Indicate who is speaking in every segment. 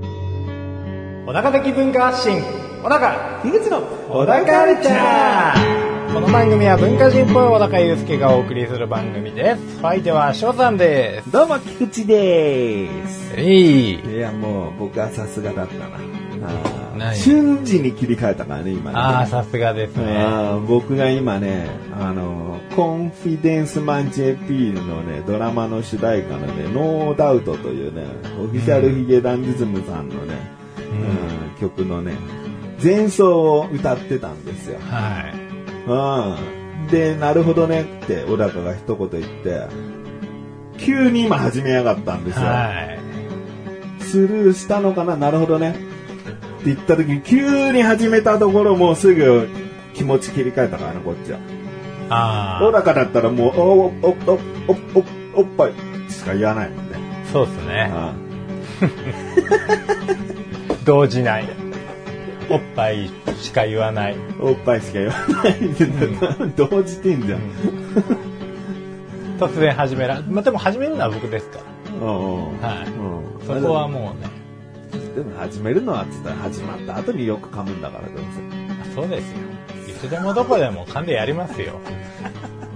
Speaker 1: 小高的文化発信小高
Speaker 2: 樋口の
Speaker 1: 小高カルチャーこの番組は文化人っぽい小高祐介がお送りする番組ですお相手は翔さんで
Speaker 2: どうも、菊池でーす。
Speaker 1: すえい
Speaker 2: いや、もう、僕はさすがだったな。あ
Speaker 1: 何
Speaker 2: ー瞬時に切り替えたからね、今ね。
Speaker 1: ああさすがですね
Speaker 2: あー僕が今ね、あの、コンフィデンスマン JP のね、ドラマの主題歌のね、ノーダウトというね、オフィシャルヒゲダンディズムさんのね、うん曲のね、前奏を歌ってたんですよ。
Speaker 1: はい
Speaker 2: うん。で、なるほどねって、小高が一言言って、急に今始めやがったんですよ。
Speaker 1: はい
Speaker 2: スルーしたのかななるほどね。って言った時に、急に始めたところもうすぐ気持ち切り替えたからね、こっちは。
Speaker 1: あ
Speaker 2: 小
Speaker 1: あ
Speaker 2: 高だったらもう、おおおおおおおっぱいしか言わないもんね。
Speaker 1: そうですね
Speaker 2: あ
Speaker 1: 動じないおっぱいしか言わ ない
Speaker 2: あおっぱいしか言わないんだ。同時てんじゃん。
Speaker 1: 突然始めらまあでも始めるのは僕ですか
Speaker 2: うんうん
Speaker 1: らはい
Speaker 2: うん
Speaker 1: そこはもうね
Speaker 2: でも始めるのはつったら始まった後によく噛むんだからどうせ。
Speaker 1: あそうですよいつでもどこでも噛んでやります よ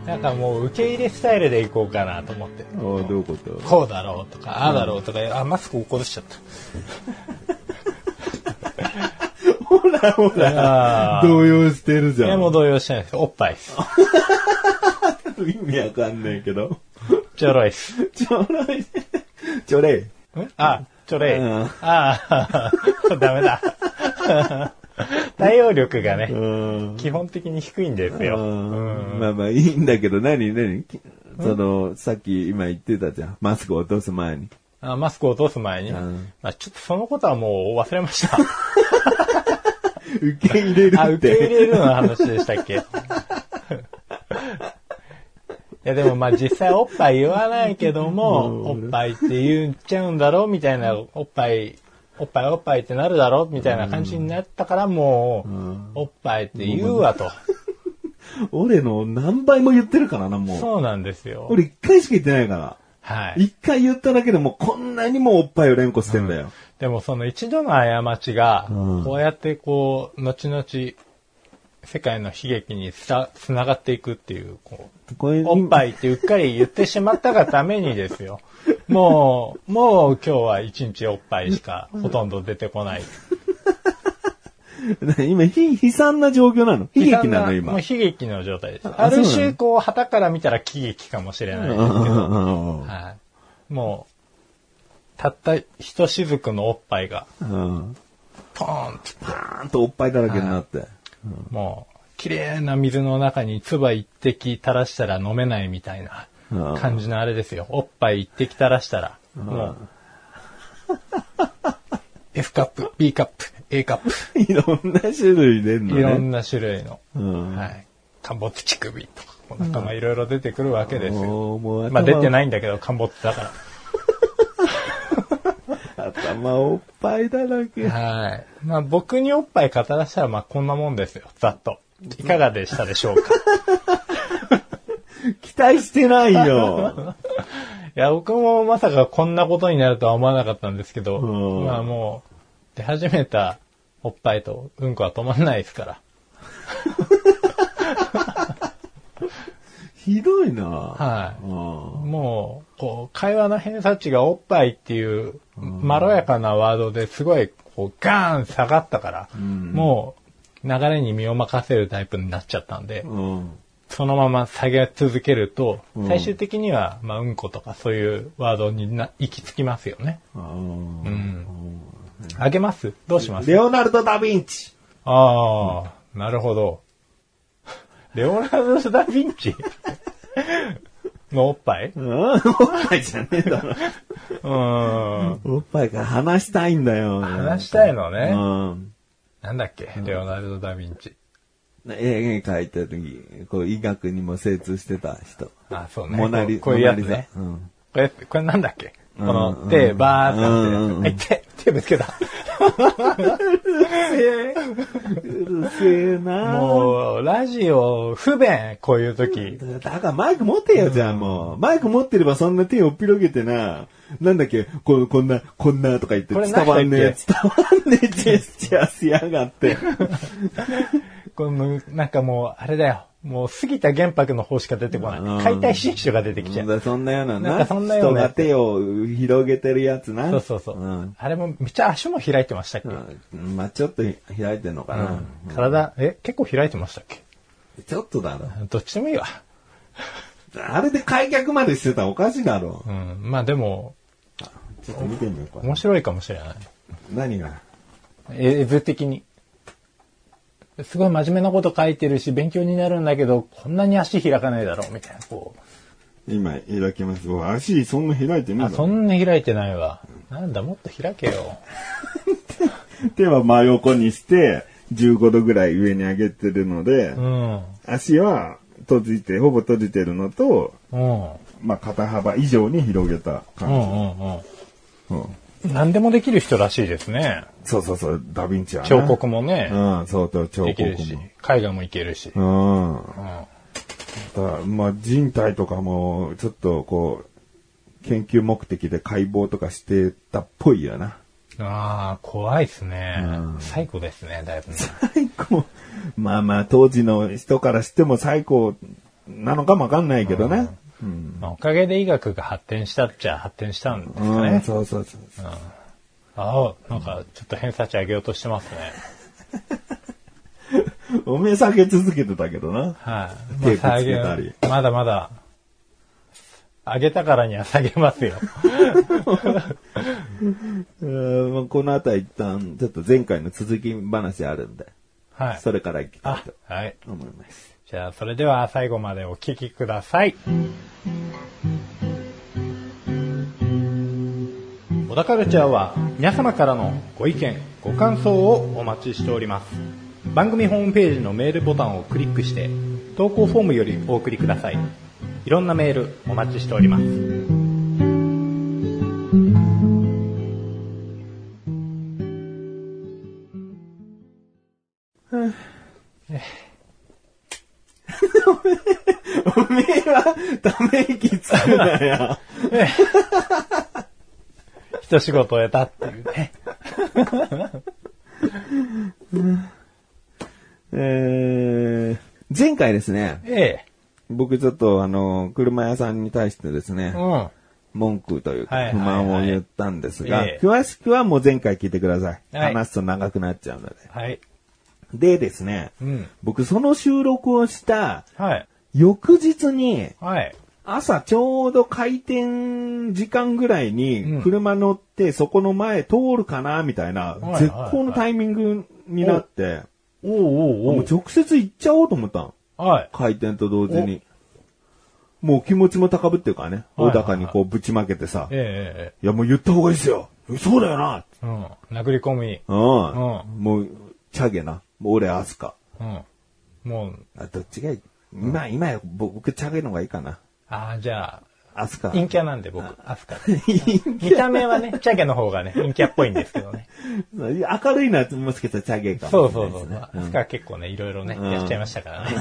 Speaker 1: なんかもう受け入れスタイルでいこうかなと思って
Speaker 2: おどういうこと
Speaker 1: こうだろうとかああだろうとか、あマスク落っこ落しちゃった
Speaker 2: ほらほ
Speaker 1: ら
Speaker 2: 動揺してるじ
Speaker 1: い
Speaker 2: ゃ
Speaker 1: や
Speaker 2: ん。
Speaker 1: もう動揺してないですおっぱいです
Speaker 2: 意味わかんないけど。
Speaker 1: ちょろいっす
Speaker 2: ちょろい。 ちょれい。
Speaker 1: あちょろい、
Speaker 2: うん
Speaker 1: ああ ダメ だ対応力がね、
Speaker 2: うん。
Speaker 1: 基本的に低いんですよ、うん
Speaker 2: まあまあいいんだけど、何何その、さっき今言ってたじゃん。マスクを落とす前に。
Speaker 1: あマスクを落とす前に、
Speaker 2: ん
Speaker 1: まあ、ちょっとそのことはもう忘れました
Speaker 2: 受け入れる
Speaker 1: あ
Speaker 2: っ
Speaker 1: 受け入
Speaker 2: て。
Speaker 1: れるの話でしたっけ いやでもまあ実際おっぱい言わないけども、おっぱいって言っちゃうんだろうみたいな、おっぱい、おっぱいおっぱいってなるだろうみたいな感じになったからもう、おっぱいって言うわと。
Speaker 2: 俺の何倍も言ってるからな、もう。
Speaker 1: そうなんですよ。
Speaker 2: 俺一回しか言ってないから。
Speaker 1: はい。
Speaker 2: 一回言っただけでもうこんなにもおっぱいを連呼してんだよ。
Speaker 1: でもその一度の過ちが、
Speaker 2: うん
Speaker 1: こうやってこう、後々、世界の悲劇につなつながっていくっていう、こう、
Speaker 2: これ
Speaker 1: おっぱいってうっかり言ってしまったがためにです よ。もう、もう今日は一日おっぱいしかほとんど出てこない。
Speaker 2: 今、ひ悲惨な状況なの悲劇なの
Speaker 1: もう
Speaker 2: 今。
Speaker 1: 悲劇の状態です。
Speaker 2: あ
Speaker 1: ある
Speaker 2: そうな
Speaker 1: 種、
Speaker 2: の
Speaker 1: こう、旗から見たら喜劇かもしれないですけ
Speaker 2: う
Speaker 1: ど、
Speaker 2: んうんうんうん
Speaker 1: はい。もう、たった一雫のおっぱいが、
Speaker 2: うん
Speaker 1: ポーンと、
Speaker 2: パーンとおっぱいだらけになって。
Speaker 1: もう、綺麗な水の中に唾一滴垂らしたら飲めないみたいな
Speaker 2: うん
Speaker 1: 感じのあれですよ。おっぱい一滴垂らしたら、もう、F カップ、B カップ、A カップ、
Speaker 2: いろんな種類出んの
Speaker 1: いろ
Speaker 2: ね。
Speaker 1: んな種類の、
Speaker 2: うん
Speaker 1: はい。陥没乳首とか、お仲間いろいろ出てくるわけです
Speaker 2: もう
Speaker 1: よ。
Speaker 2: もう頭
Speaker 1: まあ出てないんだけど、陥没だか
Speaker 2: 頭おっぱいだらけ
Speaker 1: ら。。はい。まあ僕におっぱい語らせたら、まあこんなもんですよ。ざっと。いかがでしたでしょうか
Speaker 2: 期待してな いよ。
Speaker 1: いや、僕もまさかこんなことになるとは思わなかったんですけど、
Speaker 2: うん
Speaker 1: まあもう、出始めたおっぱいとうんこは止まんないですから。
Speaker 2: ひどいな。は。
Speaker 1: はい
Speaker 2: うん
Speaker 1: もう、こう、会話の偏差値がおっぱいっていう、まろやかなワードですごい、こう、ガーン下がったから、もう、流れに身を任せるタイプになっちゃったんで、
Speaker 2: うん。
Speaker 1: そのまま下げ続けると
Speaker 2: う、ん
Speaker 1: 最終的には、まあ、うんことかそういうワードにな行き着きますよね。
Speaker 2: うん
Speaker 1: うん。あげますどうします
Speaker 2: レオナルド・ダ・ヴィンチ。
Speaker 1: ああ、なるほど。レオナルド・ダ・ヴィン チのおっぱい
Speaker 2: うんおっぱいじゃねえだ ろ。
Speaker 1: うん。
Speaker 2: おっぱいから話したいんだよ。
Speaker 1: 話したいの
Speaker 2: う
Speaker 1: ね。
Speaker 2: ん。
Speaker 1: なんだっけレオナルド・ダ・ヴィンチ。
Speaker 2: 絵描いた時、こう医学にも精通してた人。
Speaker 1: あ、そうね。
Speaker 2: モナ
Speaker 1: こ
Speaker 2: リ
Speaker 1: うこういうやつね。
Speaker 2: モナリザうん
Speaker 1: これ、これなんだっけこ
Speaker 2: うん
Speaker 1: の
Speaker 2: うん
Speaker 1: 手、バーってなってるやつ
Speaker 2: うんうん
Speaker 1: はい、手、手ぶつけた。
Speaker 2: え うるせえな
Speaker 1: もう、ラジオ、不便、こういう時。
Speaker 2: だからマイク持ってよ、じゃあもう。マイク持ってればそんな手を広げてな、なんだっけ、ここんな、こんなとか言って
Speaker 1: これ
Speaker 2: 伝
Speaker 1: なんだっ
Speaker 2: わ
Speaker 1: け
Speaker 2: んねえ、伝わんねえジェスチャーしや がって。
Speaker 1: このなんかもう、あれだよ。もう、杉田玄白の方しか出てこ
Speaker 2: う
Speaker 1: なんい。解体新書が出てきちゃう。
Speaker 2: だそんなような
Speaker 1: なん
Speaker 2: な、
Speaker 1: かそんなよ
Speaker 2: 人
Speaker 1: うなや
Speaker 2: が
Speaker 1: つ
Speaker 2: 手を広げてるやつな。
Speaker 1: そうそうそう。
Speaker 2: ん
Speaker 1: あれも、めっちゃ足も開いてましたっけ、
Speaker 2: うんまあちょっと開いてんのかな。
Speaker 1: 体、え、結構開いてましたっけ
Speaker 2: ちょっとだろ。
Speaker 1: どっちでもいいわ。
Speaker 2: あれで開脚までしてたらおかしいだろ。
Speaker 1: うん。まあでも、
Speaker 2: ちょっと見てみようか。
Speaker 1: 面白いかもしれない。
Speaker 2: 何が
Speaker 1: 絵図的に。すごい真面目なこと書いてるし、勉強になるんだけど、こんなに足開かないだろう、みたいな。こ
Speaker 2: 今開きます。うわ足そんな開いて
Speaker 1: う。
Speaker 2: ね
Speaker 1: あ、そんな開いてないわ。なんだ、もっと開けよ。
Speaker 2: 手は真横にして、15度ぐらい上に上げてるので、
Speaker 1: うん。
Speaker 2: 足は閉じて、ほぼ閉じてるのと、
Speaker 1: うん。
Speaker 2: まあ、肩幅以上に広げた
Speaker 1: う
Speaker 2: 感
Speaker 1: んうん
Speaker 2: じ。うん
Speaker 1: うん。何でもできる人らしいですね。
Speaker 2: そうそうそう、ダヴィンチはな
Speaker 1: 彫刻もね、
Speaker 2: うん、そうそう、彫
Speaker 1: でき
Speaker 2: 刻
Speaker 1: るし、絵画もいけるし。
Speaker 2: も。うん。
Speaker 1: うん。
Speaker 2: だまあ、人体とかも、ちょっとこう、研究目的で解剖とかしてたっぽいよな。
Speaker 1: ああ、怖いっすね
Speaker 2: うん。
Speaker 1: 最高ですね、だいぶね。
Speaker 2: 最高。まあまあ、当時の人からしても最高なのかもわかんないけどね。うん。
Speaker 1: まあおかげで医学が発展したっちゃ発展したんですか
Speaker 2: うん、
Speaker 1: ね。
Speaker 2: そうそうそうそう。
Speaker 1: ああ、なんかちょっと偏差値上げようとしてますね。
Speaker 2: おめえ下げ続けてたけどな。
Speaker 1: はい、
Speaker 2: テープ
Speaker 1: 下
Speaker 2: つけ
Speaker 1: げ
Speaker 2: たり
Speaker 1: まだまだ、上げたからには下げますよ。
Speaker 2: うんまあこの辺り一旦、ちょっと前回の続き話あるんで、
Speaker 1: はい。
Speaker 2: それから行きたい
Speaker 1: あ
Speaker 2: と、
Speaker 1: はい。
Speaker 2: 思います。
Speaker 1: じゃあ、それでは最後までお聞きください。小田カルチャーは皆様からのご意見、ご感想をお待ちしております。番組ホームページのメールボタンをクリックして、投稿フォームよりお送りください。いろんなメールお待ちしております。
Speaker 2: おめえは、ため息つくなよ。
Speaker 1: 一仕事終えたっていうね。
Speaker 2: えー、前回ですね、
Speaker 1: え
Speaker 2: 僕ちょっとあの、車屋さんに対してですね、
Speaker 1: え。うん。
Speaker 2: 文句という
Speaker 1: はいは
Speaker 2: か、
Speaker 1: い
Speaker 2: 不
Speaker 1: はい
Speaker 2: 満を言ったんですが、
Speaker 1: ええ
Speaker 2: 詳しくはもう前回聞いてください。
Speaker 1: はい
Speaker 2: 話すと長くなっちゃうので。
Speaker 1: はい。
Speaker 2: でですね、
Speaker 1: うん。
Speaker 2: 僕その収録をした
Speaker 1: はい。
Speaker 2: 翌日に、
Speaker 1: はい。
Speaker 2: 朝ちょうど開店時間ぐらい
Speaker 1: うん
Speaker 2: に車乗ってそこの前通るかなみたいな
Speaker 1: はい
Speaker 2: 絶好のタイミングになって、
Speaker 1: おう
Speaker 2: もう直接行っちゃおうと思ったの。
Speaker 1: はい。
Speaker 2: 開店と同時に。もう気持ちも高ぶってるからね。
Speaker 1: はいは
Speaker 2: 小
Speaker 1: いはい
Speaker 2: 高にこうぶちまけてさ。
Speaker 1: え
Speaker 2: い
Speaker 1: ええ
Speaker 2: やもう言った方がいいですよ。そうだよな。
Speaker 1: え。うん。殴り込み。
Speaker 2: うん。
Speaker 1: う
Speaker 2: もう、チャゲな。もう俺アスカ。
Speaker 1: うん。もう、
Speaker 2: あどっちがいいまあ今や僕チャゲの方がいいかな。
Speaker 1: ああ、じゃあ、
Speaker 2: アスカ。
Speaker 1: 陰キャなんで僕、アスカ。見た目はね、チャゲの方がね、陰キャっぽいんですけど ね。
Speaker 2: 明るいのはもしかしたらチャゲかもしれ
Speaker 1: そ
Speaker 2: な
Speaker 1: うそう
Speaker 2: いで
Speaker 1: そ
Speaker 2: す
Speaker 1: う
Speaker 2: ね。。
Speaker 1: アスカは結構ね、いろいろね、
Speaker 2: うん
Speaker 1: やっちゃいましたからね。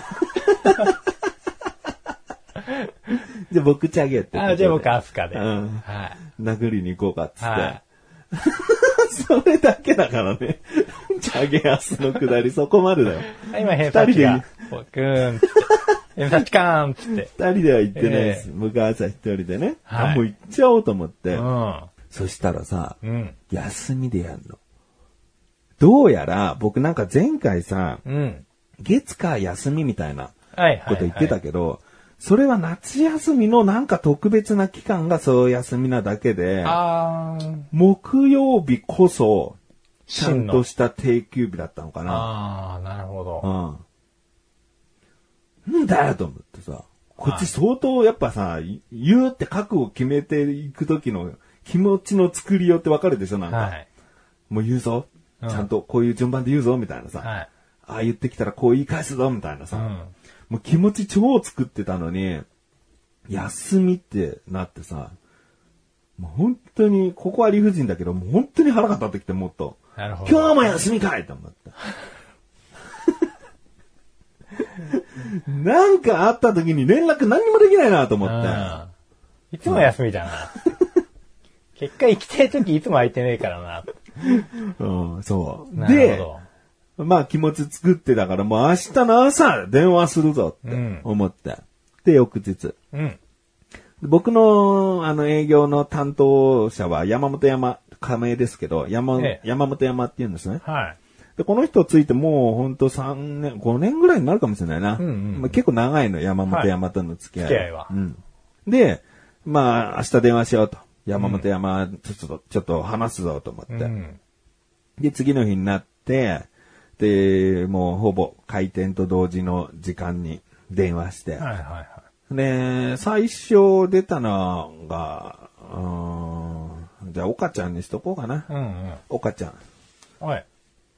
Speaker 2: じゃあ僕チャゲってこ とで。
Speaker 1: ああ、じゃあ僕、アスカで。
Speaker 2: うん
Speaker 1: は
Speaker 2: 殴りに行こうかっつ
Speaker 1: い。
Speaker 2: って。
Speaker 1: は
Speaker 2: それだけだからね。 チャゲアスのくだりそこまでだよ。
Speaker 1: い。今、偏差値
Speaker 2: 二
Speaker 1: が
Speaker 2: 人、
Speaker 1: 僕、うん、つって。 偏差値かーん、つって。
Speaker 2: 二人では行ってないです。
Speaker 1: え
Speaker 2: 僕は朝一人でね。
Speaker 1: はい
Speaker 2: あもう行っちゃおうと思って。
Speaker 1: うん。
Speaker 2: そしたらさ、
Speaker 1: うん。
Speaker 2: 休みでやるの。どうやら、僕なんか前回さ、
Speaker 1: うん。
Speaker 2: 月火休みみたいな
Speaker 1: はいはい、はい。
Speaker 2: こと言ってたけど、それは夏休みのなんか特別な期間がそう休みなだけで、
Speaker 1: あー、
Speaker 2: 木曜日こそ、ちゃん
Speaker 1: 真
Speaker 2: と
Speaker 1: の。
Speaker 2: した定休日だったのかな。
Speaker 1: あー、なるほど。
Speaker 2: うん。んだよと思ってさ、こっち相当やっぱさ、い言うって覚悟決めていく時の気持ちの作りようってわかるでしょなんか、
Speaker 1: はい。
Speaker 2: もう言うぞ。ち
Speaker 1: うん
Speaker 2: ゃんとこういう順番で言うぞみたいなさ、
Speaker 1: はい。
Speaker 2: ああ言ってきたらこう言い返すぞみたいな
Speaker 1: う
Speaker 2: さ、
Speaker 1: ん。
Speaker 2: もう気持ち超作ってたのに、休みってなってさ、もう本当に、ここは理不尽だけど、もう本当に腹が立ってきてもっと。
Speaker 1: なるほど。
Speaker 2: 今日も休みかいと思った。なんかあった時に連絡何にもできないなと思って。
Speaker 1: うんいつも休みだな。 結果行きたい時いつも空いてねえからな。
Speaker 2: うん、そう。
Speaker 1: なる
Speaker 2: で、
Speaker 1: ほ
Speaker 2: まあ気持ち作ってたから、もう明日の朝電話するぞっ
Speaker 1: う
Speaker 2: て
Speaker 1: ん
Speaker 2: 思って。で、翌日。
Speaker 1: ど。うん。
Speaker 2: 僕の、あの、営業の担当者は山本山、仮名ですけど、山、
Speaker 1: ええ
Speaker 2: 山本山って言うんですね。
Speaker 1: はい。
Speaker 2: で、この人ついてもうほんと3年、5年ぐらいになるかもしれないな。
Speaker 1: うんうん
Speaker 2: まあ、結構長いの、山本山との付き
Speaker 1: はい
Speaker 2: 合い。
Speaker 1: 付き合いは
Speaker 2: うん。で、まあ、明日電話しようと。山本山、ちょっと、ちょっと話すぞと思って。
Speaker 1: うん。
Speaker 2: で、次の日になって、で、もうほぼ開店と同時の時間に電話して。
Speaker 1: はいはいは
Speaker 2: で、最初出たのが、うーん、じゃあ、岡ちゃんにしとこうかな。
Speaker 1: い。うんうん。
Speaker 2: 岡ちゃん。
Speaker 1: おい。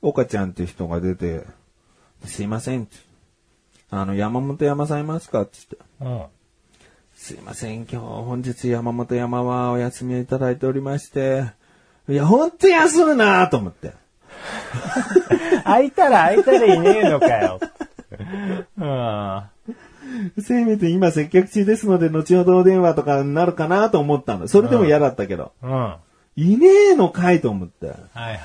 Speaker 2: 岡ちゃんって人が出て、すいませんって。あの、山本山さんいますかって言っ
Speaker 1: うん。
Speaker 2: て。すいません、今日、本日山本山はお休みをいただいておりまして、いや、ほんと休むなと思って。
Speaker 1: 空いたら空いたらいねえのか よ。うん。
Speaker 2: せめて今接客中ですので、後ほどお電話とかになるかなと思ったの。それでも嫌だったけど。
Speaker 1: うん。はい
Speaker 2: ねえのかいと思って。
Speaker 1: いはいはい。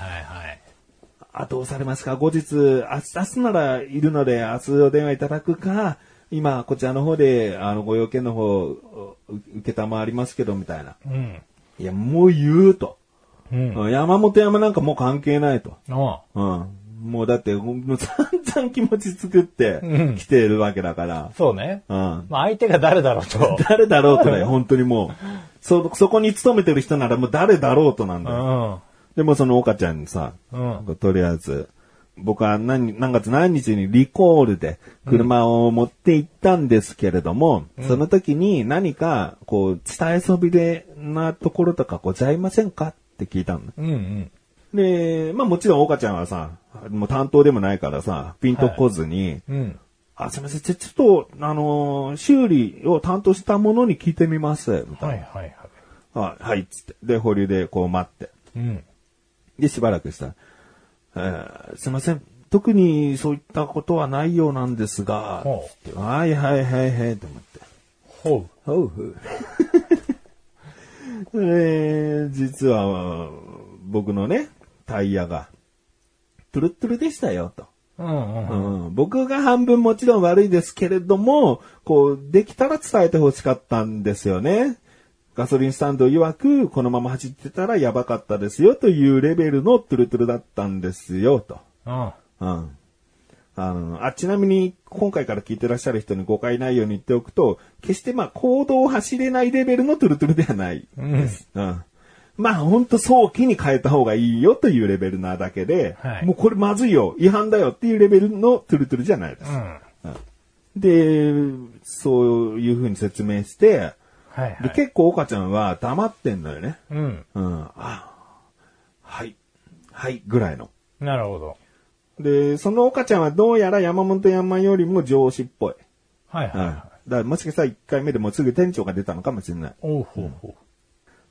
Speaker 2: あ、どうされますか後日、明日、明日ならいるので、明日お電話いただくか、今、こちらの方で、あの、ご用件の方、う受けたまわりますけど、みたいな。
Speaker 1: うん。
Speaker 2: いや、もう言うと。
Speaker 1: うん。
Speaker 2: うん山本山なんかもう関係ないと。
Speaker 1: お
Speaker 2: うん。もうだって、もう散々気持ち作って
Speaker 1: うん
Speaker 2: 来てるわけだから。
Speaker 1: そうね。
Speaker 2: うん。
Speaker 1: まあ相手が誰だろうと。
Speaker 2: 誰だろう とね、本当にもう。そ、そこに勤めてる人ならもう誰だろうとなん
Speaker 1: う
Speaker 2: だよ。
Speaker 1: ん。
Speaker 2: でもその岡ちゃんにさ、
Speaker 1: うん。
Speaker 2: とりあえず、僕は何、何月何日にリコールで車を持って行ったんですけれども、その時に何か、こう、伝えそびれなところとかございませんかって聞いたの。
Speaker 1: うんうん。
Speaker 2: で、まあもちろん岡ちゃんはさ、もう担当でもないからさ、ピンとこずに、
Speaker 1: うん。
Speaker 2: あ、すいません、ちょ、ちょっと、あのー修理を担当したものに聞いてみます、みたい
Speaker 1: はいはいはい。
Speaker 2: な。はい、はい、つって。で、保留でこう待って。
Speaker 1: うん。
Speaker 2: で、しばらくしたら、えーすいません。特にそういったことはないようなんですが、
Speaker 1: ほ
Speaker 2: つってはいはいはいはい、と思っ
Speaker 1: ほ
Speaker 2: て。
Speaker 1: う。
Speaker 2: ほうほう。 えー実は、僕のね、タイヤが、トゥルットゥルでしたよ、と。
Speaker 1: うんうん。
Speaker 2: うん、僕が半分もちろん悪いですけれども、こう、できたら伝えてほしかったんですよね。ガソリンスタンド曰く、このまま走ってたらやばかったですよというレベルのトゥルトゥルだったんですよ、と。
Speaker 1: うん。
Speaker 2: うん。あの、あ、ちなみに、今回から聞いてらっしゃる人に誤解ないように言っておくと、決してまあ、行動を走れないレベルのトゥルトゥルではないです。うん。まあ、ほんと早期に変えた方がいいよというレベルなだけで、
Speaker 1: はい
Speaker 2: もうこれまずいよ、違反だよっていうレベルのトゥルトゥルじゃないです。
Speaker 1: うん。
Speaker 2: で、そういう風に説明して、
Speaker 1: はいは
Speaker 2: で
Speaker 1: い。
Speaker 2: 結構岡ちゃんは黙ってんのよね。
Speaker 1: うん。
Speaker 2: うん。あ、はい、はい、ぐらいの。
Speaker 1: なるほど。
Speaker 2: で、その岡ちゃんはどうやら山本山よりも上司っぽい。
Speaker 1: はい
Speaker 2: うん。
Speaker 1: はい
Speaker 2: だ
Speaker 1: は
Speaker 2: からもしかしたら1回目でもうすぐ店長が出たのかもしれない
Speaker 1: い。。おうほうほ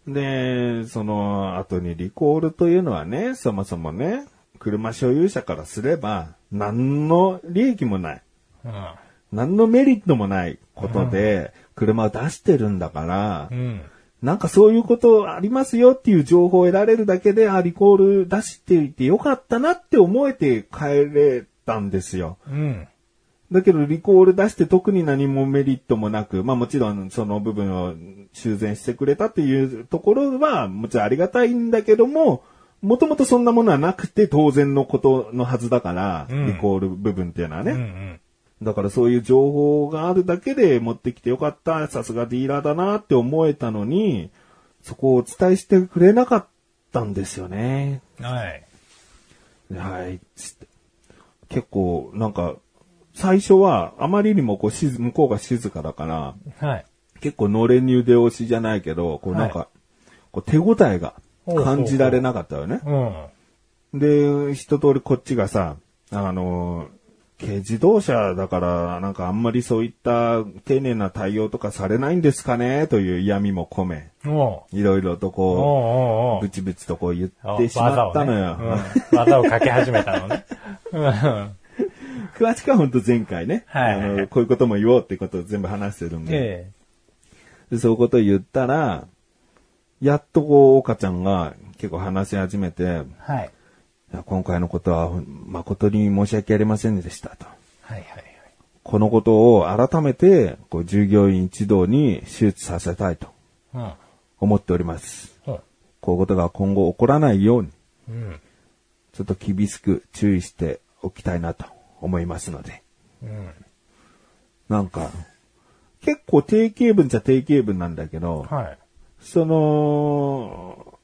Speaker 2: で、その後にリコールというのはね、そもそもね、車所有者からすれば、何の利益もない。
Speaker 1: う。うん。
Speaker 2: 何のメリットもないことで、車を出してるんだから
Speaker 1: う、ん。
Speaker 2: なんかそういうことありますよっていう情報を得られるだけで、あ、リコール出していてよかったなって思えて帰れたんですよ。
Speaker 1: うん。
Speaker 2: だけど、リコール出して特に何もメリットもなく、まあもちろんその部分を修繕してくれたっていうところは、もちろんありがたいんだけども、もともとそんなものはなくて当然のことのはずだから、
Speaker 1: うん
Speaker 2: リコール部分っていうのはね。
Speaker 1: うんうん。
Speaker 2: だからそういう情報があるだけで持ってきてよかった、さすがディーラーだなって思えたのに、そこをお伝えしてくれなかったんですよね。
Speaker 1: はい。
Speaker 2: はい、つって。結構、なんか、最初は、あまりにもこう静、向こうが静かだから、
Speaker 1: はい。
Speaker 2: 結構のれんに腕押しじゃないけど、こうなんか、こう手応えが感じられなかったよね。
Speaker 1: うん。
Speaker 2: で、一通りこっちがさ、あのー軽自動車だから、なんかあんまりそういった丁寧な対応とかされないんですかねという嫌味も込め、
Speaker 1: おう
Speaker 2: いろいろと
Speaker 1: おう
Speaker 2: こ
Speaker 1: お
Speaker 2: う、
Speaker 1: うおう
Speaker 2: ブチブチとこう言
Speaker 1: あ
Speaker 2: ってしまったのよ。
Speaker 1: 技をねうん技をかけ始めたの ね。うん
Speaker 2: 詳しくは本当前回ね、
Speaker 1: はいはいはい
Speaker 2: あの、こういうことも言おうってことを全部話してるんで、
Speaker 1: え
Speaker 2: でそういうことを言ったら、やっとこう、岡ちゃんが結構話し始めて、
Speaker 1: えはい。
Speaker 2: いや今回のことは誠に申し訳ありませんでしたと。
Speaker 1: はいはいはい。
Speaker 2: このことを改めて、こう、従業員一同に周知させたいと
Speaker 1: うん
Speaker 2: 思っております。
Speaker 1: ほ
Speaker 2: こういうことが今後起こらないように、
Speaker 1: う。うん。
Speaker 2: ちょっと厳しく注意しておきたいなと思いますので。
Speaker 1: うん。
Speaker 2: なんか、結構定型文じゃ定型文なんだけど、
Speaker 1: はい。
Speaker 2: その、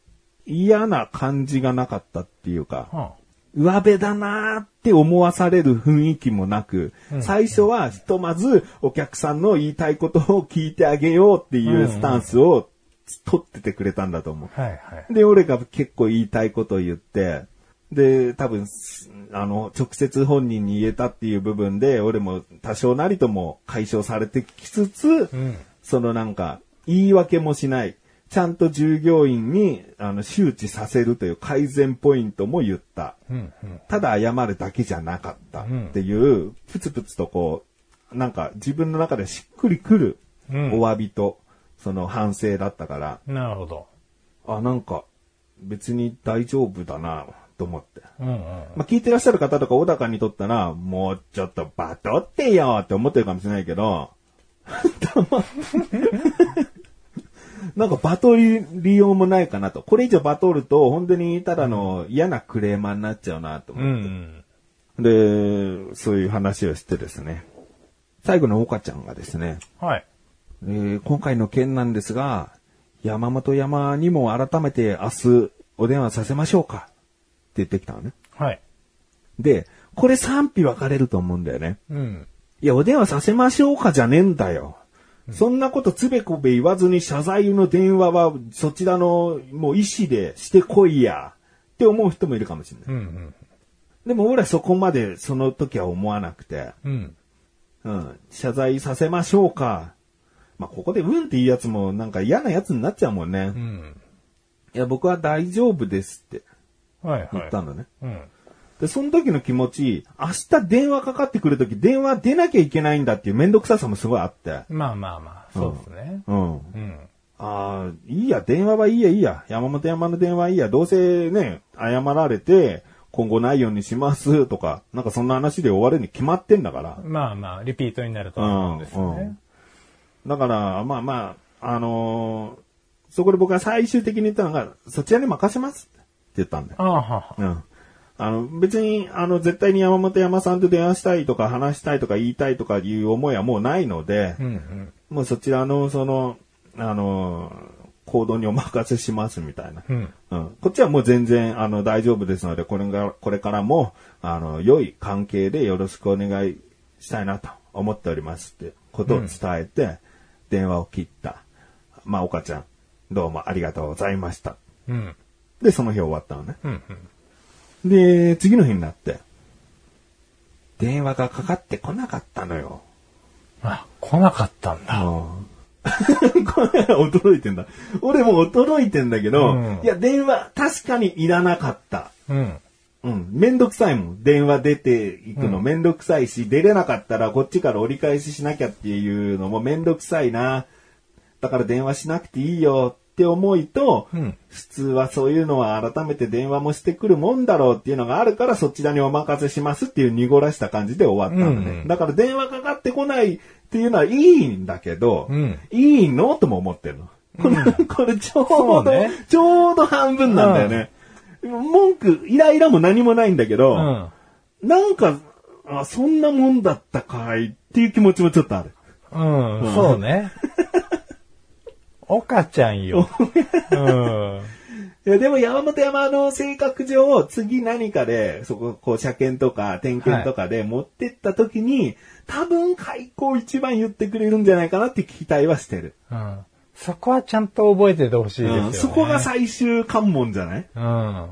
Speaker 2: 嫌な感じがなかったっていうか、
Speaker 1: うん。
Speaker 2: 上辺だなーって思わされる雰囲気もなく、最初はひとまずお客さんの言いたいことを聞いてあげようっていうスタンスを取っててくれたんだと思
Speaker 1: はいはい。
Speaker 2: う。で、俺が結構言いたいことを言って、で、多分、すあの、直接本人に言えたっていう部分で、俺も多少なりとも解消されてきつつ、
Speaker 1: うん。
Speaker 2: そのなんか、言い訳もしない。ちゃんと従業員に、あの、周知させるという改善ポイントも言った。
Speaker 1: うん。うん。
Speaker 2: ただ謝るだけじゃなかったっていう、プツプツとこう、なんか自分の中でしっくりくる
Speaker 1: うん
Speaker 2: お詫びと、その反省だったから、
Speaker 1: なるほど。
Speaker 2: あ、なんか別に大丈夫だなと思って。
Speaker 1: うんうん。
Speaker 2: まあ、聞いてらっしゃる方とか小高にとったら、もうちょっとバトってよって思ってるかもしれないけど、 なんかバトり利用もないかなと。これ以上バトると、本当にただの嫌なクレーマーになっちゃうなと思
Speaker 1: う
Speaker 2: って。
Speaker 1: ん。
Speaker 2: で、そういう話をしてですね。最後の岡ちゃんがですね、
Speaker 1: はい。
Speaker 2: えー今回の件なんですが、山本山にも改めて明日お電話させましょうかって言ってきたのね。
Speaker 1: はい。
Speaker 2: で、これ賛否分かれると思うんだよね。
Speaker 1: うん。
Speaker 2: いや、お電話させましょうかじゃねえんだよ。そんなことつべこべ言わずに謝罪の電話はそちらのもう意思でしてこいやって思う人もいるかもしれない。
Speaker 1: うんうん。
Speaker 2: でも俺はそこまでその時は思わなくて、
Speaker 1: うん。
Speaker 2: うん、謝罪させましょうか。まあ、ここでうんって言うやつもなんか嫌なやつになっちゃうもんね。
Speaker 1: う
Speaker 2: い
Speaker 1: ん。
Speaker 2: や、僕は大丈夫ですって
Speaker 1: はいはい。
Speaker 2: 言ったのね。
Speaker 1: うん。
Speaker 2: で、その時の気持ち、明日電話かかってくる時電話出なきゃいけないんだっていうめんどくささもすごいあって。
Speaker 1: まあまあまあ、そうですね。
Speaker 2: うん。
Speaker 1: うん。
Speaker 2: ああ、いいや、電話はいいや、いいや。山本山の電話はいいや。どうせね、謝られて、今後ないようにしますとか、なんかそんな話で終わるに決まってんだから。
Speaker 1: まあまあ、リピートになると思うんですよね。
Speaker 2: だから、まあまあ、あのーそこで僕は最終的に言ったのが、そちらに任せますって言ったんだよ。
Speaker 1: ああはは。
Speaker 2: うん。あの、別に、あの、絶対に山本山さんと電話したいとか話したいとか言いたいとかいう思いはもうないので、
Speaker 1: うんうん。
Speaker 2: もうそちらの、その、あのー行動にお任せしますみたいな。
Speaker 1: うん。
Speaker 2: うん。こっちはもう全然、あの、大丈夫ですので、これが、これからも、あの、良い関係でよろしくお願いしたいなと思っておりますってことを伝えて、電話を切った。まあ、岡ちゃん、どうもありがとうございました。
Speaker 1: うん。
Speaker 2: で、その日終わったのね。
Speaker 1: うん。
Speaker 2: で、次の日になって、電話がかかってこなかったのよ。
Speaker 1: あ、来なかったんだ。
Speaker 2: これ驚いてんだ。俺も驚いてんだけど、
Speaker 1: うん
Speaker 2: いや、電話確かにいらなかった。
Speaker 1: うん。
Speaker 2: うん。めんどくさいもん。電話出ていくのめんどくさいし、出れなかったらこっちから折り返ししなきゃっていうのもめんどくさいな。だから電話しなくていいよって思いと、
Speaker 1: うん
Speaker 2: 普通はそういうのは改めて電話もしてくるもんだろうっていうのがあるからそちらにお任せしますっていう濁らした感じで終わったのね。
Speaker 1: うんうん
Speaker 2: だから電話かかってこないっていうのはいいんだけど、
Speaker 1: うん
Speaker 2: いいのとも思ってるの。これ、これちょう
Speaker 1: そう
Speaker 2: ど、
Speaker 1: ね
Speaker 2: ちょうど半分なんだよね。文句、イライラも何もないんだけ
Speaker 1: う
Speaker 2: ど、
Speaker 1: ん。
Speaker 2: なんか、あそんなもんだったかいっていう気持ちもちょっとある。
Speaker 1: うん、そうね。岡ちゃんよ。うん。
Speaker 2: いやでも山本山の性格上、次何かで、そこ、こう、車検とか、点検とかで持ってった時に、多分開口一番言ってくれるんじゃないかなって期待はしてる。
Speaker 1: うん。そこはちゃんと覚えててほしいですよ、ね
Speaker 2: うんそこが最終関門じゃない
Speaker 1: うん。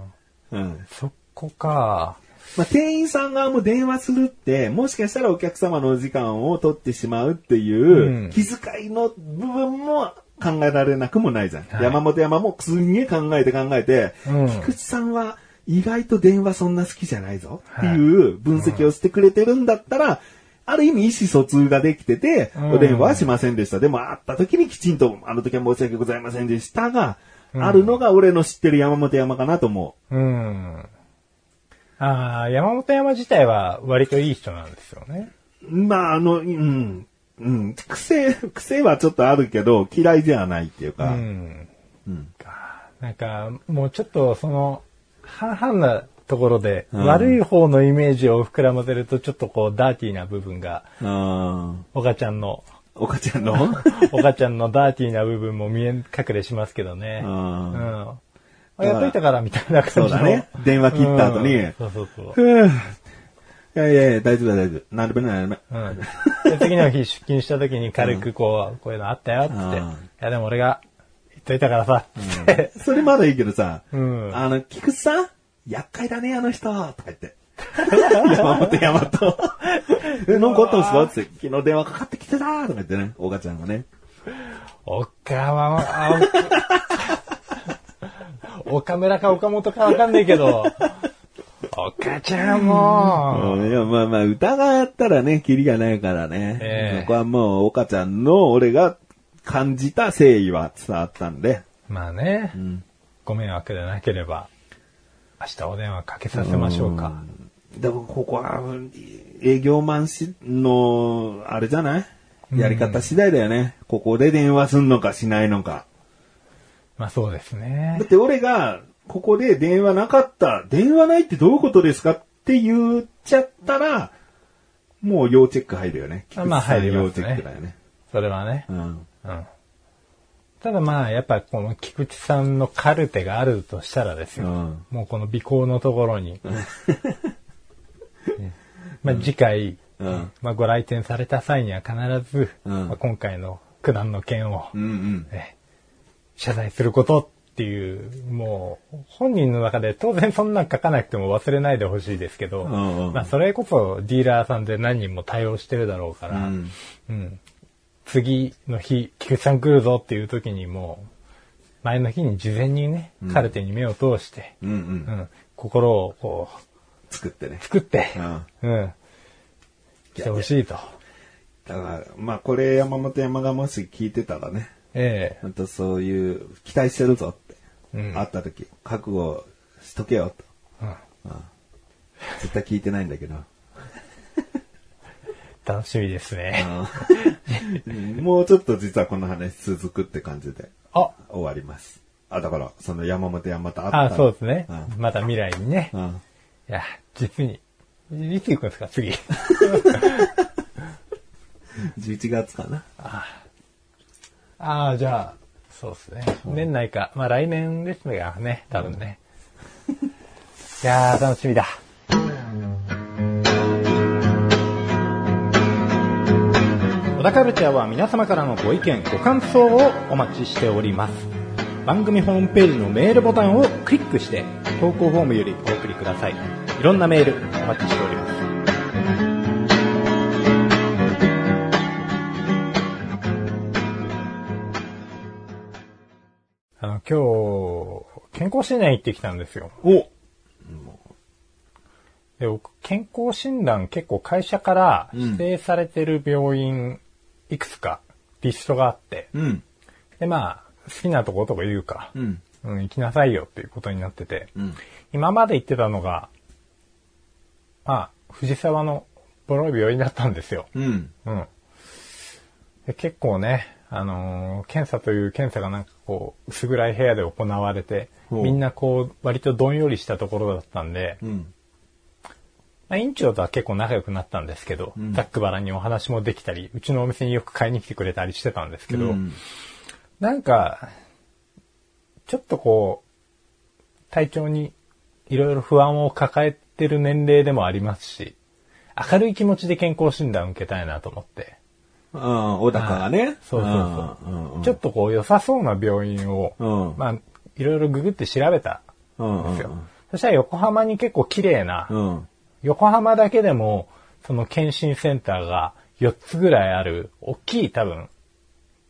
Speaker 2: うん。
Speaker 1: そこか。
Speaker 2: まあ、店員さん側も電話するって、もしかしたらお客様のお時間を取ってしまうっていううん気遣いの部分も考えられなくもないじゃん。
Speaker 1: はい
Speaker 2: 山本山もすんげえ考えて考えて、
Speaker 1: うん
Speaker 2: 菊池さんは意外と電話そんな好きじゃないぞっていう分析をしてくれてるんだったら、ある意味意思疎通ができてて、
Speaker 1: うん
Speaker 2: お電話はしませんでした。でも会った時にきちんと、あの時は申し訳ございませんでしたが、あるのが俺の知ってる山本山かなと思
Speaker 1: うん。ああ、山本山自体は割といい人なんですよね。
Speaker 2: う。まあ、あの、うん、うん、癖、癖はちょっとあるけど、嫌いではないっていう
Speaker 1: う
Speaker 2: か、
Speaker 1: ん。
Speaker 2: うん
Speaker 1: なんか、もうちょっとその、半々なところで、
Speaker 2: うん
Speaker 1: 悪い方のイメージを膨らませると、ちょっとこう、ダーティーな部分が、
Speaker 2: あー
Speaker 1: 岡ちゃん の、
Speaker 2: お母ちゃんの
Speaker 1: 岡ちゃんのダーティーな部分も見え隠れしますけどね。
Speaker 2: あ
Speaker 1: うん。
Speaker 2: ー
Speaker 1: あやっといたから、みたいな感じの。
Speaker 2: そう だね電話切った後に
Speaker 1: うんそうそうそう。
Speaker 2: ふぅいやいやいや、大丈夫だ大丈夫。なるべなるべ。
Speaker 1: うん。で、次の日出勤した時に軽くこう、こういうのあったよ、つって。い
Speaker 2: うん
Speaker 1: や、でも俺が言っといたからさ、つって。
Speaker 2: それまだいいけどさ、
Speaker 1: うん
Speaker 2: あの、菊池さん、厄介だね、あの人、とか言って。 山本山 と。え、なんかあったんですかって、昨日電話かかってきてたとか言ってね、おちゃんがね。
Speaker 1: 岡は、お岡村か岡本かわかんないけど、岡ちゃんも、
Speaker 2: うんいや、まあまあ、疑ったらね、キリがないからね。
Speaker 1: ええ
Speaker 2: そこはもう、岡ちゃんの俺が感じた誠意は伝わったんで。
Speaker 1: まあね、
Speaker 2: ん
Speaker 1: ご迷惑でなければ、明日お電話かけさせましょうか。
Speaker 2: でも、ここは、営業マンしの、あれじゃないやり方次第だよね。ここで電話すんのかしないのか。
Speaker 1: まあそうですね
Speaker 2: だっ。て俺が、ここで電話なかった、電話ないってどういうことですかって言っちゃったら、もう要チェック入るよね。
Speaker 1: あまあ入り
Speaker 2: 要
Speaker 1: ます
Speaker 2: チ
Speaker 1: ね
Speaker 2: ェックだよね。
Speaker 1: それはね
Speaker 2: う。ん。
Speaker 1: うん。ただまあ、やっぱこの菊池さんのカルテがあるとしたらですよ。
Speaker 2: うん
Speaker 1: もうこの尾行のところ に。ねまあ次回、
Speaker 2: うん
Speaker 1: まあご来店された際には必ず、
Speaker 2: うん
Speaker 1: まあ今回の苦難の件を、
Speaker 2: うんうん。
Speaker 1: ね謝罪することっていう、もう本人の中で当然そんなん書かなくても忘れないでほしいですけど、
Speaker 2: うんうん
Speaker 1: まあそれこそディーラーさんで何人も対応してるだろうか
Speaker 2: う
Speaker 1: ら、
Speaker 2: ん。
Speaker 1: うん。次の日、菊池さん来るぞっていう時にもう、前の日に事前にね、カルテに目を通して、
Speaker 2: うんう。
Speaker 1: うんん、心をこ
Speaker 2: 作ってね
Speaker 1: う、。作って、うん、来てほしいと。
Speaker 2: だから、まあこれ山本山がもし聞いてたらね、
Speaker 1: え
Speaker 2: ほんとそういう、期待してるぞって、
Speaker 1: えうん。
Speaker 2: 会った時、覚悟しとけよ
Speaker 1: う
Speaker 2: と。
Speaker 1: ん
Speaker 2: 絶対聞いてないんだけど。
Speaker 1: 楽しみですね。
Speaker 2: うんもうちょっと実はこの話続くって感じで。
Speaker 1: あ、
Speaker 2: 終わります。あ、だから、その山本山田あった
Speaker 1: あ、そうですね
Speaker 2: う。ん
Speaker 1: また未来にね。
Speaker 2: うん。
Speaker 1: いや、実に。いつ行くんですか次。
Speaker 2: 11月かな。
Speaker 1: ああ、じゃあ、そうですね。年内か。まあ来年ですがね、多分ね。いやー、楽しみだ。小田カルチャーは皆様からのご意見、ご感想をお待ちしております。番組ホームページのメールボタンをクリックして、投稿フォームよりお送りください。いろんなメールお待ちしております。あの、今日、健康診断行ってきたんですよ。
Speaker 2: お
Speaker 1: で僕健康診断結構会社から指定されてる病院いくつかリストがあって、
Speaker 2: うん。
Speaker 1: でまあ好きなところとか言うか、
Speaker 2: ん。
Speaker 1: うん、行きなさいよっていうことになってて、
Speaker 2: うん。
Speaker 1: 今まで行ってたのが、まあ藤沢のボロい病院だったんですよ。
Speaker 2: うん。
Speaker 1: うん。で結構ね、あのー検査という検査がなんかこう薄暗い部屋で行われて、
Speaker 2: ほう
Speaker 1: みんなこう割とどんよりしたところだったんで、
Speaker 2: うん。
Speaker 1: まあ、院長とは結構仲良くなったんですけど、
Speaker 2: ん
Speaker 1: ざっくばらんにお話もできたり、うちのお店によく買いに来てくれたりしてたんですけど、
Speaker 2: うん
Speaker 1: なんか、ちょっとこう、体調にいろいろ不安を抱えてる年齢でもありますし、明るい気持ちで健康診断受けたいなと思って、
Speaker 2: ああ、小高がね。
Speaker 1: そうそう
Speaker 2: う
Speaker 1: そ
Speaker 2: ん
Speaker 1: う。ちょっとこう良さそうな病院を、
Speaker 2: うん
Speaker 1: まあ、いろいろググって調べた
Speaker 2: う
Speaker 1: ん
Speaker 2: んうん
Speaker 1: ですよ。そしたら横浜に結構綺麗な、
Speaker 2: うん。
Speaker 1: 横浜だけでも、その検診センターが4つぐらいある、大きい多分、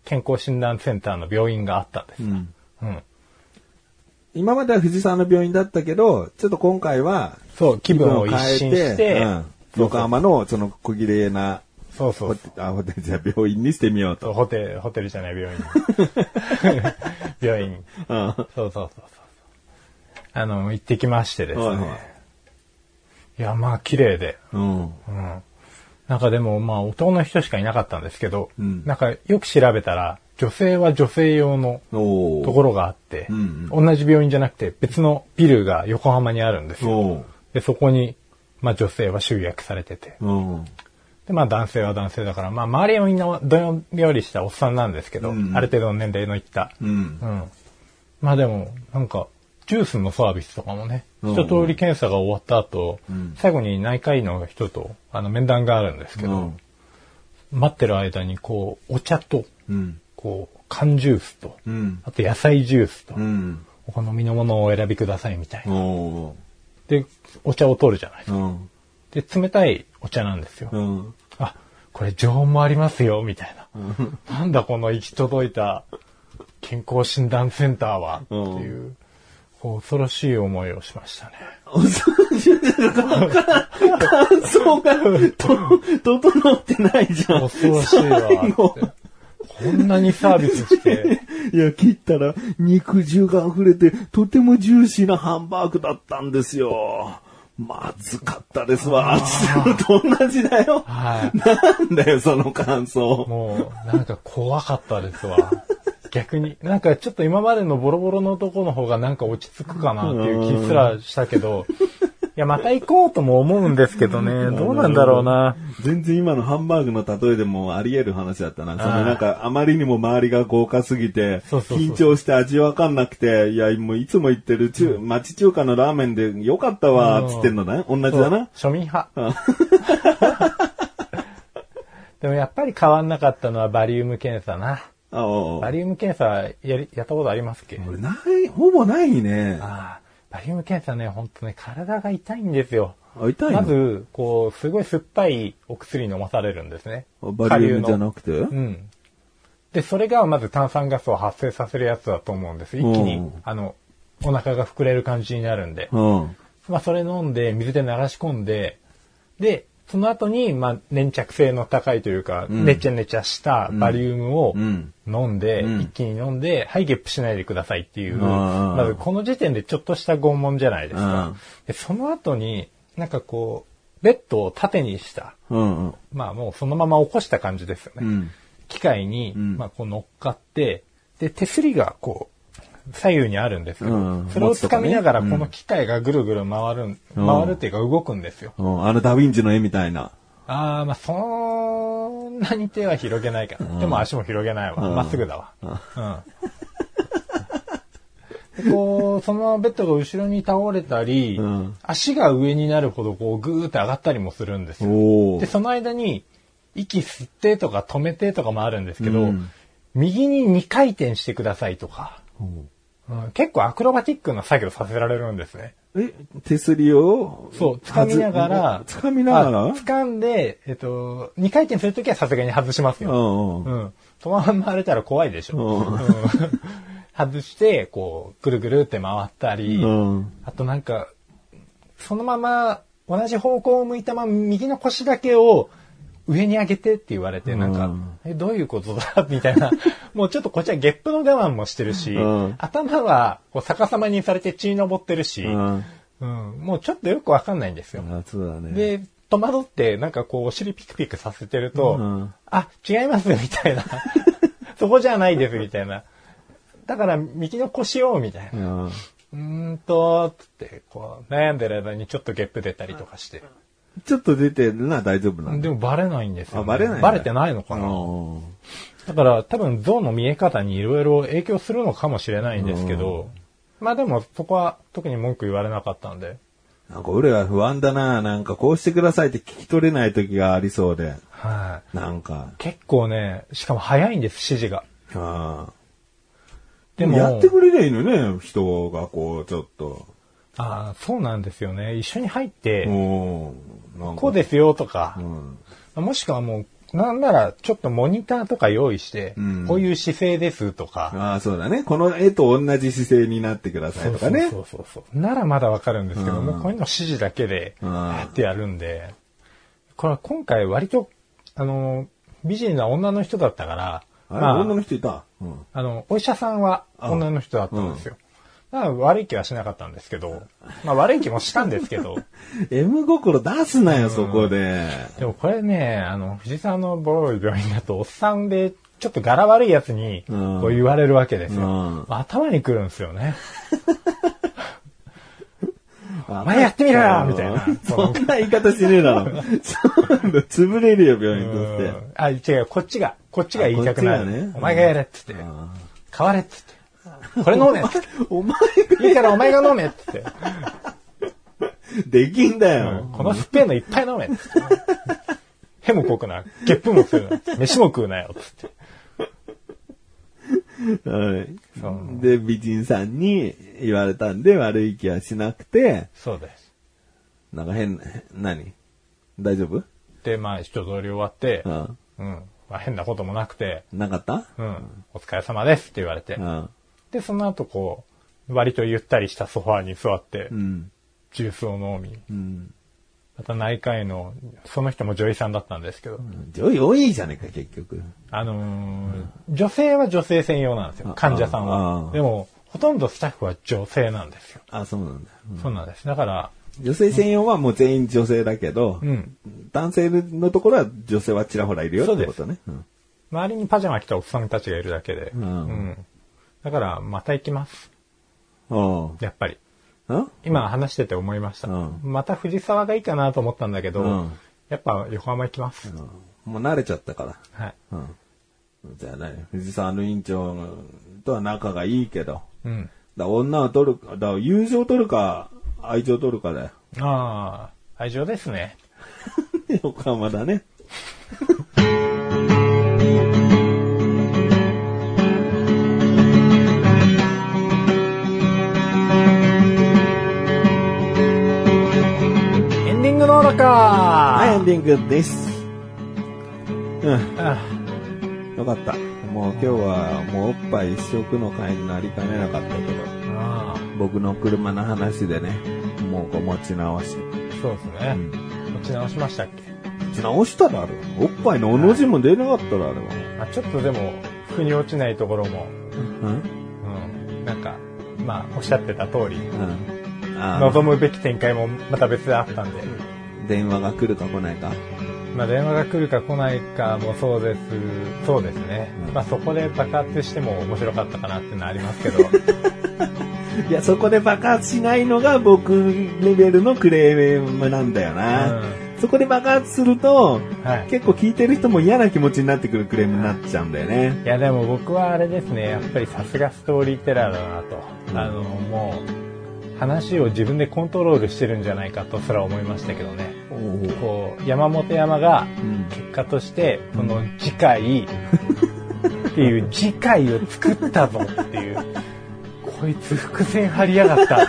Speaker 1: 健康診断センターの病院があったんです。
Speaker 2: うん
Speaker 1: うん。
Speaker 2: 今までは藤沢の病院だったけど、ちょっと今回は、
Speaker 1: そう、気
Speaker 2: 気
Speaker 1: 分を一新して、
Speaker 2: うん横浜のその小綺麗な
Speaker 1: そうそ
Speaker 2: ホ
Speaker 1: う
Speaker 2: テあホテルじゃ病院にしてみよう
Speaker 1: そう。
Speaker 2: と。
Speaker 1: ホテル、ホテルじゃない 病院。 病院。
Speaker 2: うん
Speaker 1: そうそうそうそう。あの、行ってきましてですね。
Speaker 2: はい
Speaker 1: い
Speaker 2: はい
Speaker 1: や、まあ、綺麗で。
Speaker 2: うん
Speaker 1: うん。なんかでも、まあ、男の人しかいなかったんですけど、
Speaker 2: うん
Speaker 1: なんかよく調べたら、女性は女性用の
Speaker 2: おー
Speaker 1: ところがあって、
Speaker 2: うん
Speaker 1: 同じ病院じゃなくて別のビルが横浜にあるんですよ。
Speaker 2: おー
Speaker 1: で、そこに、まあ女性は集約されてて。
Speaker 2: うん
Speaker 1: で、まあ男性は男性だから、まあ周りはみんなどんよりしたおっさんなんですけど、
Speaker 2: うん
Speaker 1: ある程度の年齢のいった。
Speaker 2: うん
Speaker 1: うん。まあでも、なんか、ジュースのサービスとかもね、
Speaker 2: うん
Speaker 1: 一通り検査が終わった後、
Speaker 2: うん
Speaker 1: 最後に内科医の人とあの面談があるんですけ
Speaker 2: う
Speaker 1: ど、
Speaker 2: ん
Speaker 1: 待ってる間にこう、お茶と、
Speaker 2: うん
Speaker 1: こう、缶ジュースと、
Speaker 2: うん
Speaker 1: あと野菜ジュースと、
Speaker 2: うん
Speaker 1: お好みのものをお選びくださいみたいな。
Speaker 2: おー
Speaker 1: で、お茶を取るじゃないですか。
Speaker 2: うん
Speaker 1: で、冷たいお茶なんですよ。
Speaker 2: うん
Speaker 1: あ、これ常温もありますよ、みたいな。なんだこの行き届いた健康診断センターは、って
Speaker 2: うん
Speaker 1: いう、こう恐ろしい思いをしましたね。
Speaker 2: 感想がと整ってないじゃん。
Speaker 1: 恐ろしいわ
Speaker 2: 最後
Speaker 1: って。こんなにサービスして、
Speaker 2: いや、切ったら肉汁が溢れて、とてもジューシーなハンバーグだったんですよ。まずかったですわ。つってのと同じだよ。
Speaker 1: はい。
Speaker 2: なんだよ、その感想。
Speaker 1: もう、なんか怖かったですわ。逆に。なんかちょっと今までのボロボロのとこの方がなんか落ち着くかなっていう気すらしたけど、いや、また行こうとも思うんですけどね、どうなんだろうな。
Speaker 2: 全然今のハンバーグの例えでもあり得る話だったな。そ
Speaker 1: あ
Speaker 2: の
Speaker 1: ー
Speaker 2: なんか、あまりにも周りが豪華すぎて、
Speaker 1: そうそうそう
Speaker 2: 緊張して味わかんなくて、いや、もういつも言ってる中、町中華のラーメンでよかったわ、つってんのね。同じだな。
Speaker 1: そう庶民派。 でもやっぱり変わんなかったのはバリウム検査な。
Speaker 2: あおうおう
Speaker 1: バリウム検査やり、やったことありますっけ、
Speaker 2: 俺ない、ほぼないね。
Speaker 1: ああ、バリウム検査ね、ほんとね、体が痛いんですよ。
Speaker 2: あ、痛いの
Speaker 1: まず、こう、すごい酸っぱいお薬飲まされるんですね。
Speaker 2: バリウムじゃ
Speaker 1: 下
Speaker 2: なくて
Speaker 1: 流のうん。で、それがまず炭酸ガスを発生させるやつだと思うんです。一気
Speaker 2: う
Speaker 1: に
Speaker 2: ん、
Speaker 1: あの、お腹が膨れる感じになるんで。
Speaker 2: うん。
Speaker 1: まあ、それ飲んで、水で流し込んで、で、その後に、まあ、粘着性の高いというか、
Speaker 2: うん
Speaker 1: ねちゃねちゃしたバリウムを
Speaker 2: うん
Speaker 1: 飲んで、
Speaker 2: うん
Speaker 1: 一気に飲んで、はい、ゲップしないでくださいっていう、
Speaker 2: あー
Speaker 1: まずこの時点でちょっとした拷問じゃないです
Speaker 2: うん
Speaker 1: か。で、その後に、なんかこう、ベッドを縦にした、
Speaker 2: うんうん。
Speaker 1: まあもうそのまま起こした感じですよね。
Speaker 2: うん。
Speaker 1: 機械に、
Speaker 2: うん
Speaker 1: まあこう乗っかって、で、手すりがこう、左右にあるんですけど、
Speaker 2: うん
Speaker 1: それを掴みながら、
Speaker 2: 持
Speaker 1: こ
Speaker 2: つとかね
Speaker 1: の機械がぐるぐる回るん、
Speaker 2: うん
Speaker 1: 回るっていうか動くんですよ。
Speaker 2: うんあのダヴィンチの絵みたいな。
Speaker 1: ああ、まあそんなに手は広げないか
Speaker 2: ん
Speaker 1: な。でも足も広げないわ。
Speaker 2: うん
Speaker 1: まっすぐだわ。うん。でこう、そのままベッドが後ろに倒れたり、
Speaker 2: うん
Speaker 1: 足が上になるほどこうぐーって上がったりもするんですよ。
Speaker 2: お
Speaker 1: で、その間に、息吸ってとか止めてとかもあるんですけど、
Speaker 2: うん
Speaker 1: 右に2回転してくださいとか、
Speaker 2: お。
Speaker 1: うん結構アクロバティックな作業させられるんですね。
Speaker 2: え、手すりを
Speaker 1: そう、掴みながら、
Speaker 2: つかみながら
Speaker 1: あ掴んで、えっと、2回転するときはさすがに外します
Speaker 2: う
Speaker 1: よ。
Speaker 2: ん
Speaker 1: う
Speaker 2: うん。
Speaker 1: ん。そのまんま荒れたら怖いでしょ。
Speaker 2: うん
Speaker 1: うん外して、こう、ぐるぐるって回ったり、
Speaker 2: うん。
Speaker 1: あとなんか、そのまま同じ方向を向いたまま右の腰だけを上に上げてって言われて、なんか、
Speaker 2: うん
Speaker 1: え、どういうことだみたいな。 もうちょっとこっちはゲップの我慢もしてるし、
Speaker 2: うん
Speaker 1: 頭はこう逆さまにされて血登ってるし、
Speaker 2: う
Speaker 1: うん
Speaker 2: ん。
Speaker 1: もうちょっとよくわかんないんですよ。
Speaker 2: あそうだね。、
Speaker 1: で、戸惑って、なんかこう、お尻ピクピクさせてると、
Speaker 2: うん
Speaker 1: あ、違います、みたいな。 そこじゃないです、みたいな。だから、右の腰を、みたいな
Speaker 2: う。ん。
Speaker 1: うーんと、つって、こう、悩んでる間にちょっとゲップ出たりとかして。
Speaker 2: ちょっと出てるな、大丈夫なんだ。
Speaker 1: でもバレないんですよ、
Speaker 2: あバレないんだ
Speaker 1: バレてないのかな。
Speaker 2: うん
Speaker 1: だから多分像の見え方にいろいろ影響するのかもしれないんですけど、まあでもそこは特に文句言われなかったんで。
Speaker 2: なんか俺は不安だな。なんかこうしてくださいって聞き取れない時がありそうで。
Speaker 1: はい、
Speaker 2: なんか。
Speaker 1: 結構ね、しかも早いんです、指示が。
Speaker 2: ああ。
Speaker 1: で
Speaker 2: や
Speaker 1: も
Speaker 2: って、くれりゃいいのね、人がこう、ちょっと。
Speaker 1: ああ、そうなんですよね。一緒に入って、
Speaker 2: おーなんか
Speaker 1: こうですよとか
Speaker 2: う、ん。
Speaker 1: もしくはもう、なんならちょっとモニターとか用意して、
Speaker 2: うん
Speaker 1: こういう姿勢ですとか、
Speaker 2: ああ、そうだね。この絵と同じ姿勢になってくださいとかね。
Speaker 1: そうそうそうそう。ならまだわかるんですけど、
Speaker 2: うん
Speaker 1: もうこういうの指示だけで、
Speaker 2: うん
Speaker 1: やってやるんで、これは今回割と、あの、美人な女の人だったから、
Speaker 2: あれ、
Speaker 1: まあ
Speaker 2: 女の人いた。うん。
Speaker 1: あの、お医者さんは女の人だったんですよ。だから悪い気はしなかったんですけど、まあ悪い気もしたんですけ ど、
Speaker 2: M 心出すなよ、そこで。
Speaker 1: でもこれね、あの、藤沢のボロい病院だと、おっさんで、ちょっと柄悪いやつに、
Speaker 2: うん
Speaker 1: こう言われるわけですよ。
Speaker 2: うん
Speaker 1: 頭にくるんですよね。
Speaker 2: お
Speaker 1: 前やってみろよみたいな
Speaker 2: そんな言い方しねえだろ。そうなんだ潰れるよ、病院として。
Speaker 1: うんあ、違う、こっちが、こっちが言いたくな
Speaker 2: あこ
Speaker 1: る。
Speaker 2: っちがね
Speaker 1: お前がやれっつって。
Speaker 2: あ
Speaker 1: 変われっつって。これ飲めっつっ
Speaker 2: ーお前
Speaker 1: て。いいからお前が飲めっつって。
Speaker 2: できんだよ。
Speaker 1: このスペーのいっぱい飲めっつって。へもこくな。ゲップもするな。飯も食うなよっつって。
Speaker 2: はい
Speaker 1: そう
Speaker 2: で、美人さんに言われたんで悪い気はしなくて、
Speaker 1: そうです。
Speaker 2: なんか変な、何大丈夫
Speaker 1: で、まあ一通り終わって
Speaker 2: う、ん。
Speaker 1: うん。まあ変なこともなくて、
Speaker 2: なかった
Speaker 1: うん。お疲れ様ですって言われて
Speaker 2: う。ん。
Speaker 1: で、その後こう、割とゆったりしたソファーに座って
Speaker 2: う、ん。
Speaker 1: ジュースを飲み、
Speaker 2: うん。
Speaker 1: また内科医の、その人も女医さんだったんですけど、
Speaker 2: 女優多いじゃねえか、結局。
Speaker 1: あのー女性は女性専用なんですよ、
Speaker 2: あ
Speaker 1: 患者さん
Speaker 2: ああ
Speaker 1: は。でも、ほとんどスタッフは女性なんですよ。
Speaker 2: あ、そうなんだ。
Speaker 1: そうなんです。だから、
Speaker 2: 女性専用はもう全員女性だけど、
Speaker 1: うん。
Speaker 2: 男性のところは女性はちらほらいるよってことね。うん
Speaker 1: 周りにパジャマ着たおっさんたちがいるだけで。
Speaker 2: ん
Speaker 1: うんだから、また行きます。
Speaker 2: おう
Speaker 1: やっぱり。
Speaker 2: うん
Speaker 1: 今話してて思いました。
Speaker 2: うん
Speaker 1: また藤沢がいいかなと思ったんだけど、
Speaker 2: うん
Speaker 1: やっぱ横浜行きます。
Speaker 2: もう慣れちゃったから。
Speaker 1: はい。
Speaker 2: うん。じゃあね、藤沢の院長とは仲がいいけど、
Speaker 1: うん。
Speaker 2: だから女を取るか、だから友情取るか、愛情取るかだよ。
Speaker 1: ああ、愛情ですね。
Speaker 2: 横浜だね。
Speaker 1: エンディングの中
Speaker 2: はい、エン
Speaker 1: は
Speaker 2: ディングです。うん、
Speaker 1: い。
Speaker 2: よかった。もう今日はもうおっぱい一食の会になりかねなかったけど、
Speaker 1: ああ、
Speaker 2: 僕の車の話でね、もうこう持ち直し。
Speaker 1: そうですね。持ち直しましたっけ
Speaker 2: 持ち直したらあれおっぱいのおの字も出なかったらあれは。
Speaker 1: まあ、ちょっとでも、腑に落ちないところも、
Speaker 2: うん
Speaker 1: うん、なんか、まあ、おっしゃってた通り、
Speaker 2: うん。あ
Speaker 1: 望むべき展開もまた別であったんで、
Speaker 2: あ、電話が来るか来ないか。
Speaker 1: まあ、電話が来るか来ないかもそうです、そうですね
Speaker 2: う。ん
Speaker 1: まあ、そこで爆発しても面白かったかなっていうのはありますけ ど、
Speaker 2: いや、そこで爆発しないのが僕レベルのクレームなんだよな。そこで爆発すると、
Speaker 1: うん、はい。
Speaker 2: 結構聞いてる人も嫌な気持ちになってくるクレームになっちゃうんだよね。
Speaker 1: いやでも僕はあれですね、やっぱりさすがストーリーテラーだなと。
Speaker 2: うん
Speaker 1: あの、もう、話を自分でコントロールしてるんじゃないかとすら思いましたけどね。こう、山本山が
Speaker 2: うん
Speaker 1: 結果として、その次回、っていう次回を作ったぞっていう、こいつ伏線張りやがった。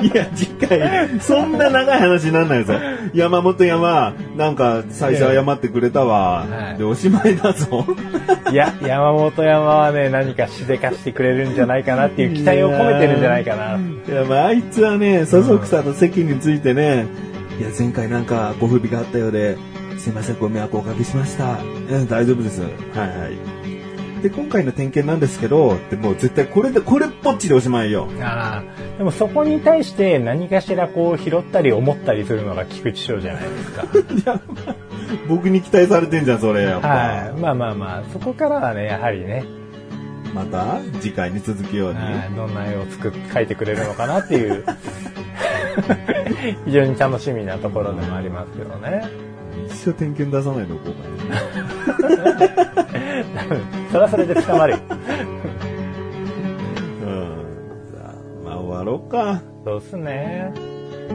Speaker 2: いや、次回、そんな長い話にならないぞ。山本山、なんか、最初謝ってくれた
Speaker 1: は
Speaker 2: わ。
Speaker 1: い
Speaker 2: で、おしまいだぞ。
Speaker 1: いや、山本山はね、何かしでかしてくれるんじゃないかなっていう期待を込めてるんじゃないかな。
Speaker 2: いや、まあ、あいつはね、そそくさの席についてね、いや、前回なんかご不備があったようで、すいません、ご迷惑をおかけしました。うん、大丈夫です。はいはい。で、今回の点検なんですけど、ってもう絶対これで、これっぽっちでおしまいよ。
Speaker 1: ああ、でもそこに対して何かしらこう拾ったり思ったりするのが菊池翔じゃないですか。
Speaker 2: 僕に期待されてんじゃん、それ。やっぱ
Speaker 1: はい。まあまあまあ、そこからはね、やはりね、
Speaker 2: また、次回に続くように。
Speaker 1: はい どんな絵を作っ、描いてくれるのかなっていう、 非常に楽しみなところでもありますけどね。
Speaker 2: 一生点検出さないの、こうかな。
Speaker 1: それはそれで捕まるよ。
Speaker 2: うん。さあ、まあ、終わろうか。
Speaker 1: そうっすね。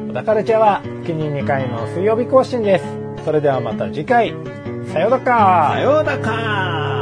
Speaker 1: 小田カルチャーは、月に2回の水曜日更新です。それではまた次回、さようだか
Speaker 2: さようだか